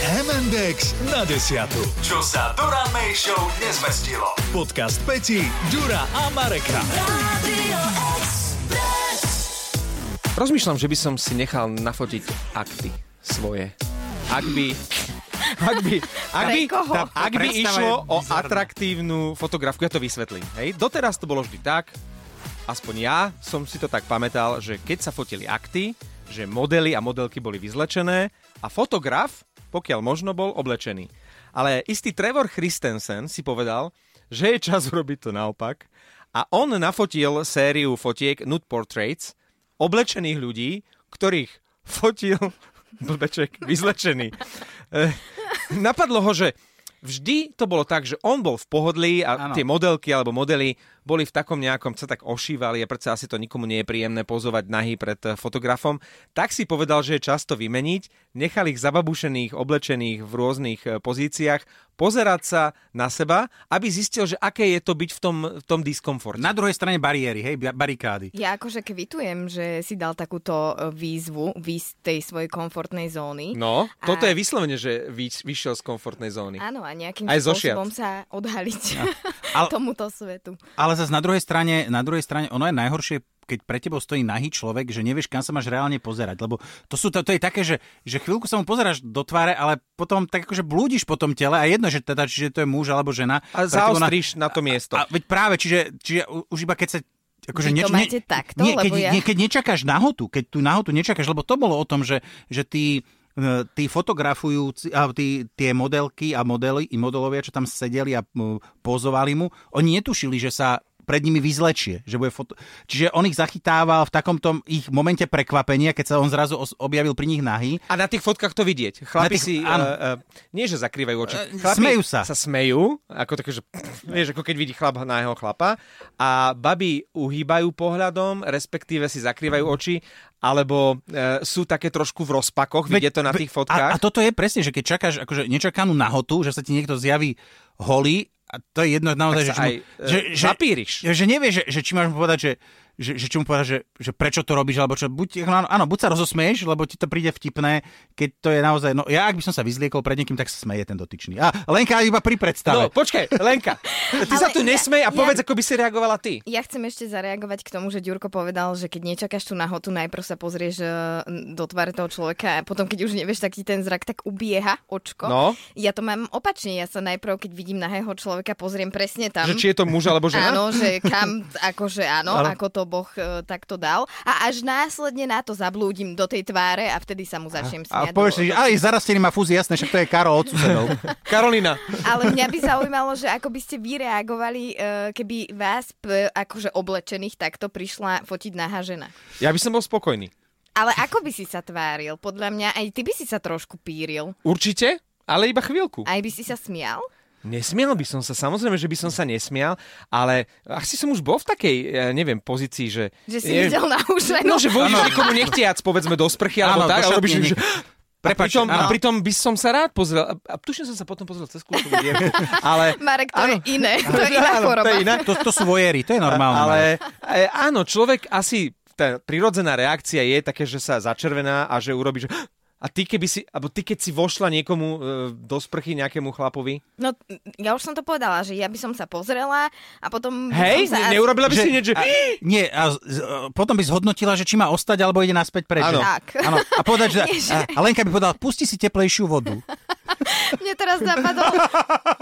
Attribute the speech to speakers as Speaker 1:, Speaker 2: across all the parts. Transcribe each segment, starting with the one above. Speaker 1: M&X na desiatu. Čo sa do rannej show nezmestilo. Podcast Peti, Ďura a Mareka.
Speaker 2: Rozmýšľam, že by som si nechal nafotiť akty svoje. Ak by... Ak by, ak by,
Speaker 3: koho?
Speaker 2: tá- ak by
Speaker 4: predstava
Speaker 2: išlo
Speaker 4: je
Speaker 2: o
Speaker 4: bizarná.
Speaker 2: atraktívnu fotografku, ja to vysvetlím. Hej? Doteraz to bolo vždy tak, aspoň ja som si to tak pamätal, že keď sa fotili akty, že modely a modelky boli vyzlečené a fotograf, pokiaľ možno, bol oblečený. Ale istý Trevor Christensen si povedal, že je čas urobiť to naopak a on nafotil sériu fotiek Nude Portraits oblečených ľudí, ktorých fotil blbeček vyzlečený. Eh, Napadlo ho, že vždy to bolo tak, že on bol v pohodlí a
Speaker 4: Áno.
Speaker 2: tie modelky alebo modely boli v takom nejakom, sa tak ošívali a predsa asi to nikomu nie je príjemné pozovať nahý pred eh, fotografom, tak si povedal, že je čas to vymeniť, nechal ich zababušených, oblečených v rôznych eh, pozíciách, pozerať sa na seba, aby zistil, že aké je to byť v tom, v tom diskomforte.
Speaker 4: Na druhej strane bariéry, hej, ba- barikády.
Speaker 3: Ja akože kvitujem, že si dal takúto e, výzvu výsť tej svojej komfortnej zóny.
Speaker 2: No,
Speaker 3: A-
Speaker 2: toto je vyslovene, že vyš, vyšiel z komfortnej zóny.
Speaker 3: Áno, a nejakým
Speaker 2: Aj zo šiat.
Speaker 3: spôsobom sa odhaliť
Speaker 4: Ale-
Speaker 3: tomuto svetu.
Speaker 4: Ale zase na druhej strane, na druhej strane, ono je najhoršie, keď pre tebou stojí nahý človek, že nevieš, kam sa máš reálne pozerať. Lebo to, sú, to, to je také, že, že chvíľku sa mu pozeráš do tváre, ale potom tak akože blúdiš po tom tele a jedno, že teda, čiže to je muž alebo žena.
Speaker 2: A
Speaker 4: Pre teba ona-
Speaker 2: zaostríš na to miesto.
Speaker 4: A veď práve, čiže, čiže u- už iba keď sa
Speaker 3: Vy
Speaker 4: Akože
Speaker 3: to
Speaker 4: niečo-
Speaker 3: máte takto,
Speaker 4: nie,
Speaker 3: lebo
Speaker 4: keď,
Speaker 3: ja-
Speaker 4: nie, keď nečakáš nahotu, keď tú nahotu nečakáš, lebo to bolo o tom, že, že tí, e, tí fotografujúci, a tí, tie modelky a modely, i modelovia, čo tam sedeli a mm, pozovali mu, oni netušili, že sa pred nimi vyzlečie. Že bude foto... Čiže on ich zachytával v takomto ich momente prekvapenia, keď sa on zrazu os- objavil pri nich nahý.
Speaker 2: A na tých fotkách to vidieť. Chlapi
Speaker 4: Na tých-
Speaker 2: si,
Speaker 4: áno.
Speaker 2: uh, uh, nie že zakrývajú oči,
Speaker 4: Eh,
Speaker 2: chlapi
Speaker 4: smejú sa.
Speaker 2: sa smejú, ako také, že vieš, ako keď vidí chlap na jeho chlapa a baby uhýbajú pohľadom, respektíve si zakrývajú oči, alebo uh, sú také trošku v rozpakoch, vidie to na tých
Speaker 4: A, a
Speaker 2: fotkách.
Speaker 4: toto je presne, že keď čakáš akože nečakanú nahotu, že sa ti niekto zjaví holý, a to je jedno naozaj, že,
Speaker 2: sa
Speaker 4: či
Speaker 2: aj, e, zapíriš.
Speaker 4: Že, že nevieš, že, že či máš mu povedať, že, že, že či mu povedať, že, že prečo to robíš, alebo čo, buď, no, áno, áno, buď sa rozosmeješ, lebo ti to príde vtipné, keď to je naozaj, no ja ak by som sa vyzliekol pred niekým, tak sa smeje ten dotyčný. A Lenka iba pri
Speaker 2: No,
Speaker 4: predstave.
Speaker 2: počkaj, Lenka, ty
Speaker 3: Ale
Speaker 2: sa tu
Speaker 3: ja-
Speaker 2: nesmej a
Speaker 3: ja-
Speaker 2: povedz, ako by si reagovala ty.
Speaker 3: Ja chcem ešte zareagovať k tomu, že Ďurko povedal, že keď nečakáš tú nahotu, najprv sa pozrieš e, do tváre toho človeka a potom, keď už nevieš, tak ti ten zrak tak ubieha očko.
Speaker 2: No.
Speaker 3: Ja to mám opačne, ja sa najprv, keď vidím nahého človeka, pozriem presne tam.
Speaker 2: Že či je to muž alebo žena?
Speaker 3: Áno, že kam, akože áno, ako to Boh e, takto dal. A až následne na to zablúdim do tej tváre a vtedy sa mu začnem
Speaker 4: A
Speaker 3: smiať.
Speaker 4: povieš
Speaker 3: do-
Speaker 4: si, že aj zarastený má fúzi, jasné, však to je Karol od susedov.
Speaker 2: Karolina,
Speaker 3: Ale mňa by zaujímalo, že ako by ste vy reagovali, e, keby vás p- akože oblečených takto prišla fotiť nahá žena.
Speaker 2: ja by som bol spokojný.
Speaker 3: Ale ako by si sa tváril? Podľa mňa aj ty by si sa trošku píril.
Speaker 2: Určite, ale iba chvíľku.
Speaker 3: Aj by si sa smial?
Speaker 2: Nesmial by som sa, samozrejme, že by som sa nesmial, ale asi som už bol v takej, ja neviem, pozícii, že...
Speaker 3: Že si
Speaker 2: neviem,
Speaker 3: videl na už
Speaker 2: No, že vojíš niekomu nechtiac, povedzme, do sprchy, alebo
Speaker 4: Áno, do
Speaker 2: tak, ale
Speaker 4: šatne,
Speaker 2: robíš...
Speaker 4: nie.
Speaker 2: Že... a,
Speaker 4: Prepáč,
Speaker 2: pritom, a
Speaker 4: áno.
Speaker 2: pritom by som sa rád pozrel, a, a tuším som sa potom pozrel cez kľúčovú dierku, ale...
Speaker 3: Marek, to
Speaker 2: Áno.
Speaker 3: je iné. To je iná
Speaker 2: Áno,
Speaker 3: choroba.
Speaker 2: To je iná,
Speaker 4: To, to sú vojery, to je normálne.
Speaker 2: ale e, áno, človek asi, tá prirodzená reakcia je také, že sa začervená a že urobí, že... A ty, keby si, alebo ty, keď si vošla niekomu e, do sprchy, nejakému chlapovi,
Speaker 3: No, ja už som to povedala, že ja by som sa pozrela a potom... by
Speaker 2: hej,
Speaker 3: som sa...
Speaker 2: ne, neurobila by
Speaker 4: Že-
Speaker 2: si niečo, že...
Speaker 4: a- Nie, a z, z, potom by zhodnotila, že či má ostať, alebo ide naspäť preč.
Speaker 2: Áno.
Speaker 4: že?
Speaker 3: Tak.
Speaker 4: Áno. A povedať, že...
Speaker 3: Nie, že-
Speaker 4: A, a Lenka by povedala, pusti si teplejšiu vodu.
Speaker 3: Mne teraz napadlo,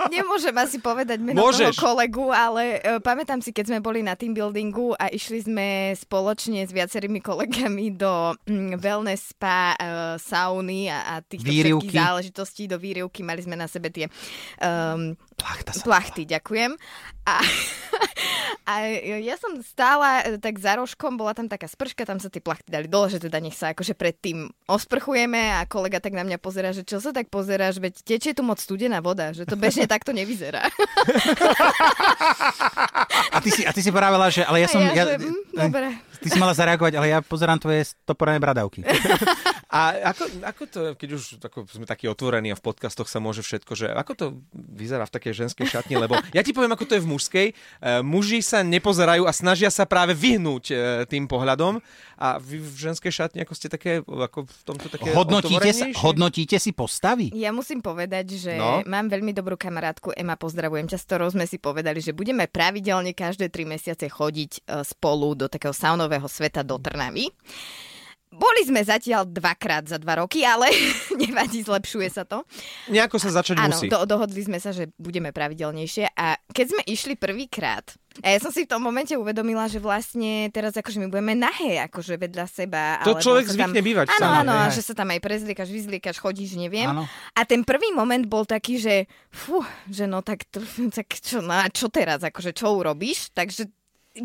Speaker 3: nemôžem asi povedať meno
Speaker 2: Môžeš.
Speaker 3: toho kolegu, ale e, pamätám si, keď sme boli na team buildingu a išli sme spoločne s viacerými kolegami do mm, wellness spa, e, sauny a, a týchto
Speaker 4: Výrivky.
Speaker 3: všetkých záležitostí do výrivky. Mali sme na sebe tie um,
Speaker 4: Plachta sa.
Speaker 3: plachty, ďakujem. A, a ja som stála e, tak za rožkom, bola tam taká sprška, tam sa tie plachty dali dole, že teda nech sa akože predtým osprchujeme a kolega tak na mňa pozera, že čo sa tak pozeráš, veď tečie tu moc studená voda, že to bežne takto nevyzerá.
Speaker 4: A ty si, a ty si pravila, že... Ale ja som...
Speaker 3: a ja,
Speaker 4: Ja, eh,
Speaker 3: že, mm, dobre.
Speaker 4: ty si mala zareagovať, ale ja pozerám tvoje stoporené bradavky.
Speaker 2: A ako, ako to, keď už ako sme takí otvorení a v podcastoch sa môže všetko, že ako to vyzerá v takej ženskej šatni, lebo ja ti poviem, ako to je v mužskej. E, muži sa nepozerajú a snažia sa práve vyhnúť e, tým pohľadom a vy v ženskej šatni, ako ste také, ako v tomto také
Speaker 4: Hodnotíte, sa,
Speaker 2: otvorenejšie?
Speaker 4: hodnotíte si postavy?
Speaker 3: Ja musím povedať, že
Speaker 2: No.
Speaker 3: no? mám veľmi dobrú kamarátku Ema, pozdravujem ťa, s ktorou sme si povedali, že budeme pravidelne každé tri mesiace chodiť e, spolu do takého saunového sveta do Trnavy. Boli sme zatiaľ dvakrát za dva roky, ale nevadí, zlepšuje sa to.
Speaker 2: Nejako sa začať
Speaker 3: Áno,
Speaker 2: musí.
Speaker 3: do, dohodli sme sa, že budeme pravidelnejšie a keď sme išli prvýkrát, a ja som si v tom momente uvedomila, že vlastne teraz akože my budeme nahé, akože vedľa seba.
Speaker 2: To
Speaker 3: alebo
Speaker 2: človek
Speaker 3: sa
Speaker 2: zvykne bývať
Speaker 3: Áno,
Speaker 2: sám,
Speaker 3: áno,
Speaker 2: hej,
Speaker 3: a
Speaker 2: hej.
Speaker 3: že sa tam aj prezliekaš, vyzliekaš, chodíš, neviem.
Speaker 4: Áno.
Speaker 3: A ten prvý moment bol taký, že fú, že no tak, to- tak čo, no a čo teraz, akože čo urobíš? Takže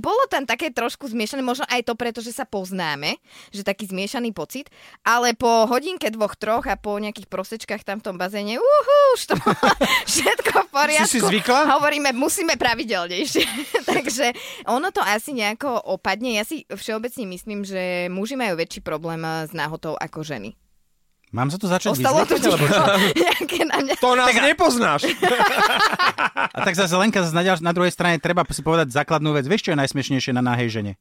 Speaker 3: bolo tam také trošku zmiešané, možno aj to preto, že sa poznáme, že taký zmiešaný pocit, ale po hodinke, dvoch, troch a po nejakých prosečkách tam v tom bazéne, uhú, už to bolo všetko v poriadku.
Speaker 2: Si si zvykla?
Speaker 3: Hovoríme, musíme pravidelnejšie. Takže ono to asi nejako opadne. Ja si všeobecne myslím, že muži majú väčší problém eh, s náhotou ako ženy.
Speaker 4: Mám sa to začať
Speaker 3: Ostalo tu
Speaker 4: vyzliekať, alebo-
Speaker 3: ticho, nejaké na mňa
Speaker 2: To nás nepoznáš.
Speaker 4: A tak zase Lenka zase na, ďal- na druhej strane treba si povedať základnú vec. Vieš, čo je najsmiešnejšie na nahej žene?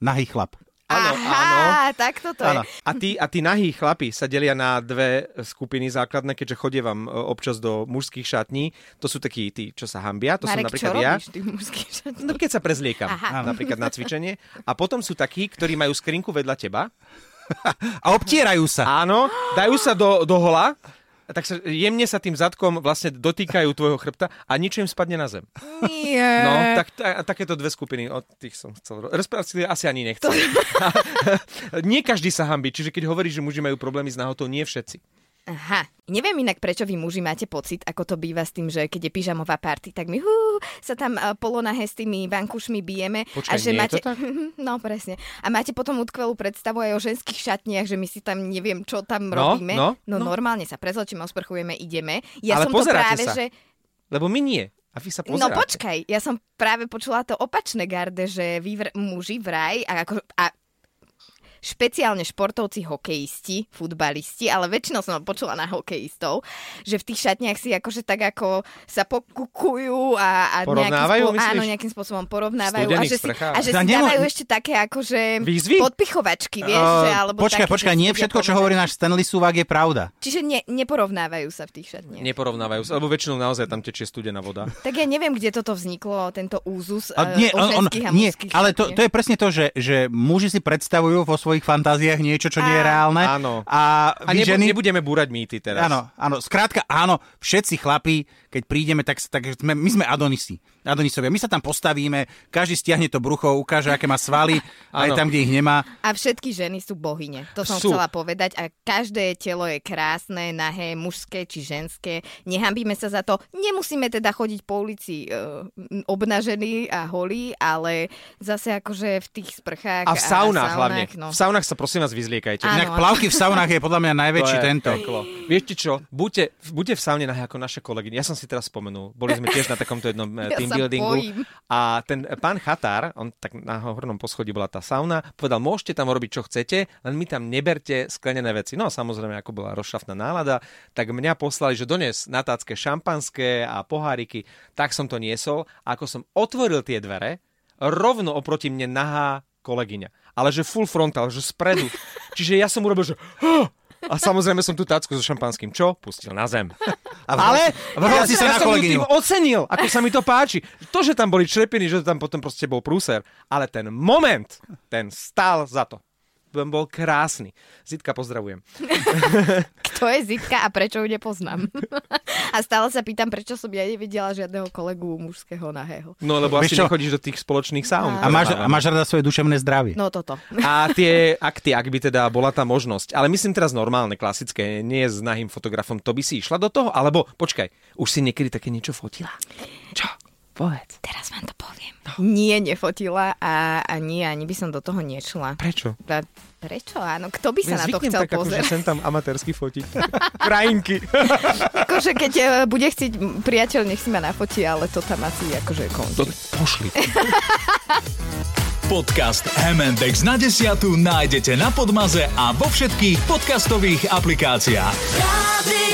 Speaker 4: Nahý chlap.
Speaker 2: Áno, áno.
Speaker 3: Aha, tak toto je.
Speaker 4: Áno.
Speaker 2: A tí, a tí nahí chlapí sa delia na dve skupiny základné, keďže chodievam e, občas do mužských šatní. To sú takí tí, čo sa hambia, to som
Speaker 3: Marek, čo
Speaker 2: napríklad ja.
Speaker 3: robíš, ty mužský šat?
Speaker 2: No keď sa prezliekam, Aha.
Speaker 3: Aha.
Speaker 2: napríklad na cvičenie. A potom sú takí, ktorí majú skrinku vedľa teba.
Speaker 4: A obtierajú sa.
Speaker 2: Áno, dajú sa do, do hola, tak sa jemne sa tým zadkom vlastne dotýkajú tvojho chrbta a niečo im spadne na zem.
Speaker 3: Nie.
Speaker 2: No, tak, ta, takéto dve skupiny, od tých som chcel. Respektíve asi ani nechcel. nie každý sa hambí, čiže keď hovoríš, že muži majú problémy s nahotou, nie všetci.
Speaker 3: Aha. Neviem inak, prečo vy muži máte pocit, ako to býva s tým, že keď je pyžamová party, tak my hú, sa tam uh, polonahe s tými vankušmi bijeme.
Speaker 2: Počkaj,
Speaker 3: že
Speaker 2: nie je
Speaker 3: máte...
Speaker 2: to tak?
Speaker 3: No, presne. A máte potom utkvelú predstavu aj o ženských šatniach, že my si tam neviem, čo tam
Speaker 2: No,
Speaker 3: robíme.
Speaker 2: no,
Speaker 3: no, normálne sa prezlečíme, osprchujeme, ideme. Ja
Speaker 2: Ale
Speaker 3: som to
Speaker 2: pozeráte
Speaker 3: práve,
Speaker 2: sa.
Speaker 3: že...
Speaker 2: Lebo my nie. A vy sa
Speaker 3: No
Speaker 2: pozeráte.
Speaker 3: počkaj, ja som práve počula to opačné garde, že vy vr- muži vraj a, ako, a špeciálne športovci, hokejisti, futbalisti, ale väčšinou som počula na hokejistov, že v tých šatniach si akože tak ako sa pokukujú a, a nejakým,
Speaker 2: Porovnávajú, myslíš?
Speaker 3: áno, nejakým spôsobom porovnávajú a
Speaker 2: studených
Speaker 3: že, si,
Speaker 2: sprchách.
Speaker 3: a že
Speaker 4: Za
Speaker 3: si
Speaker 4: nemo-
Speaker 3: dávajú ešte také akože
Speaker 2: Výzvy?
Speaker 3: podpichovačky, vieš, že, alebo
Speaker 4: Eh, počkaj,
Speaker 3: také,
Speaker 4: počkaj,
Speaker 3: že si
Speaker 4: nie
Speaker 3: vedia
Speaker 4: všetko, čo
Speaker 3: porovnať.
Speaker 4: hovorí náš Stanley Suvák, je pravda.
Speaker 3: Čiže ne, neporovnávajú sa v tých šatniach.
Speaker 2: Neporovnávajú sa, lebo väčšinou naozaj tam tečie studená voda.
Speaker 3: Tak ja neviem, kde toto vzniklo, tento úzus eh,
Speaker 4: A nie,
Speaker 3: o
Speaker 4: on, on,
Speaker 3: ženských a
Speaker 4: nie,
Speaker 3: mužských
Speaker 4: ale to,
Speaker 3: šatniach.
Speaker 4: to je presne to, že, že muži si predstavujú vo svojich fantáziách niečo, čo nie
Speaker 3: Á,
Speaker 4: je reálne.
Speaker 2: áno.
Speaker 4: A,
Speaker 2: A
Speaker 4: vy
Speaker 2: nebu-
Speaker 4: ženy...
Speaker 2: nebudeme búrať mýty teraz.
Speaker 4: Áno, áno, skrátka, áno, všetci chlapí, keď prídeme, tak, tak sme, my sme Adonisi, Adonisovia. My sa tam postavíme, každý stiahne to brucho, ukáže, aké má svaly, aj
Speaker 2: Áno.
Speaker 4: tam, kde ich nemá.
Speaker 3: A všetky ženy sú bohyne. To som
Speaker 2: Sú.
Speaker 3: sú. chcela povedať. A každé telo je krásne, nahé, mužské či ženské. Nehambíme sa za to. Nemusíme teda chodiť po ulici e, obnažení a holí, ale zase akože v tých sprchách
Speaker 2: A v saunách hlavne.
Speaker 3: No.
Speaker 2: V saunách sa prosím vás vyzliekajte.
Speaker 3: Áno.
Speaker 4: Inak plavky v saunách je podľa mňa
Speaker 2: To
Speaker 4: najväčší
Speaker 2: je
Speaker 4: tento.
Speaker 2: peklo. Vieš ti čo, buďte, buďte v saune nahé ako naše kolegyne. Ja som si teraz spomenul, boli sme tiež na takomto jednom eh,
Speaker 3: Ja sa
Speaker 2: team buildingu.
Speaker 3: bojím.
Speaker 2: A ten eh, pán Chatár, on tak na hornom poschodí bola tá sauna, povedal, môžete tam robiť, čo chcete, len mi tam neberte sklenené veci. No a samozrejme, ako bola rozšafná nálada, tak mňa poslali, že dones natácké šampanské a poháriky. Tak som to niesol. A ako som otvoril tie dvere, rovno oproti mne nahá kolegyňa. Ale že full frontal, že spredu. Čiže ja som urobil, že... A samozrejme som tú tácku so šampanským čo? Pustil na zem. vlastne-
Speaker 4: A vrhol
Speaker 2: Ale
Speaker 4: si- vrhol si sa na
Speaker 2: ja som ju
Speaker 4: kolegyňu.
Speaker 2: tým ocenil, ako sa mi to páči. To, že tam boli črepiny, že to tam potom proste bol prúser, ale ten moment, ten stál za to. Ten bol krásny. Zitka, pozdravujem.
Speaker 3: Kto je Zitka a prečo ju nepoznám? a stále sa pýtam, prečo som ja nevidela žiadneho kolegu mužského nahého.
Speaker 2: No lebo
Speaker 4: Vieš
Speaker 2: asi
Speaker 4: čo?
Speaker 2: nechodíš do tých spoločných saun.
Speaker 4: A
Speaker 2: ktoré
Speaker 4: máš, a
Speaker 2: máme.
Speaker 4: máš rada svoje duševné zdravie.
Speaker 3: No toto.
Speaker 2: A tie akty, ak by teda bola tá možnosť, ale myslím teraz normálne, klasické, nie s nahým fotografom, to by si išla do toho? Alebo počkaj, už si niekedy také niečo fotila? Čo? Povedz.
Speaker 3: Teraz vám to poviem. No. Nie, nefotila a, a nie, ani by som do toho nešla.
Speaker 2: Prečo?
Speaker 3: A prečo? Áno, kto by sa
Speaker 2: Ja
Speaker 3: na
Speaker 2: zvyknem
Speaker 3: to chcel
Speaker 2: tak, akože
Speaker 3: pozerať?
Speaker 2: sem tam amatérsky fotiť. Krajinky.
Speaker 3: Akože keď e, bude chcieť m, priateľ, nech si ma nafotí, ale to tam asi akože končí.
Speaker 2: Pošli.
Speaker 1: Podcast MNDX na desiatu nájdete na Podmaze a vo všetkých podcastových aplikáciách.
Speaker 5: Rádio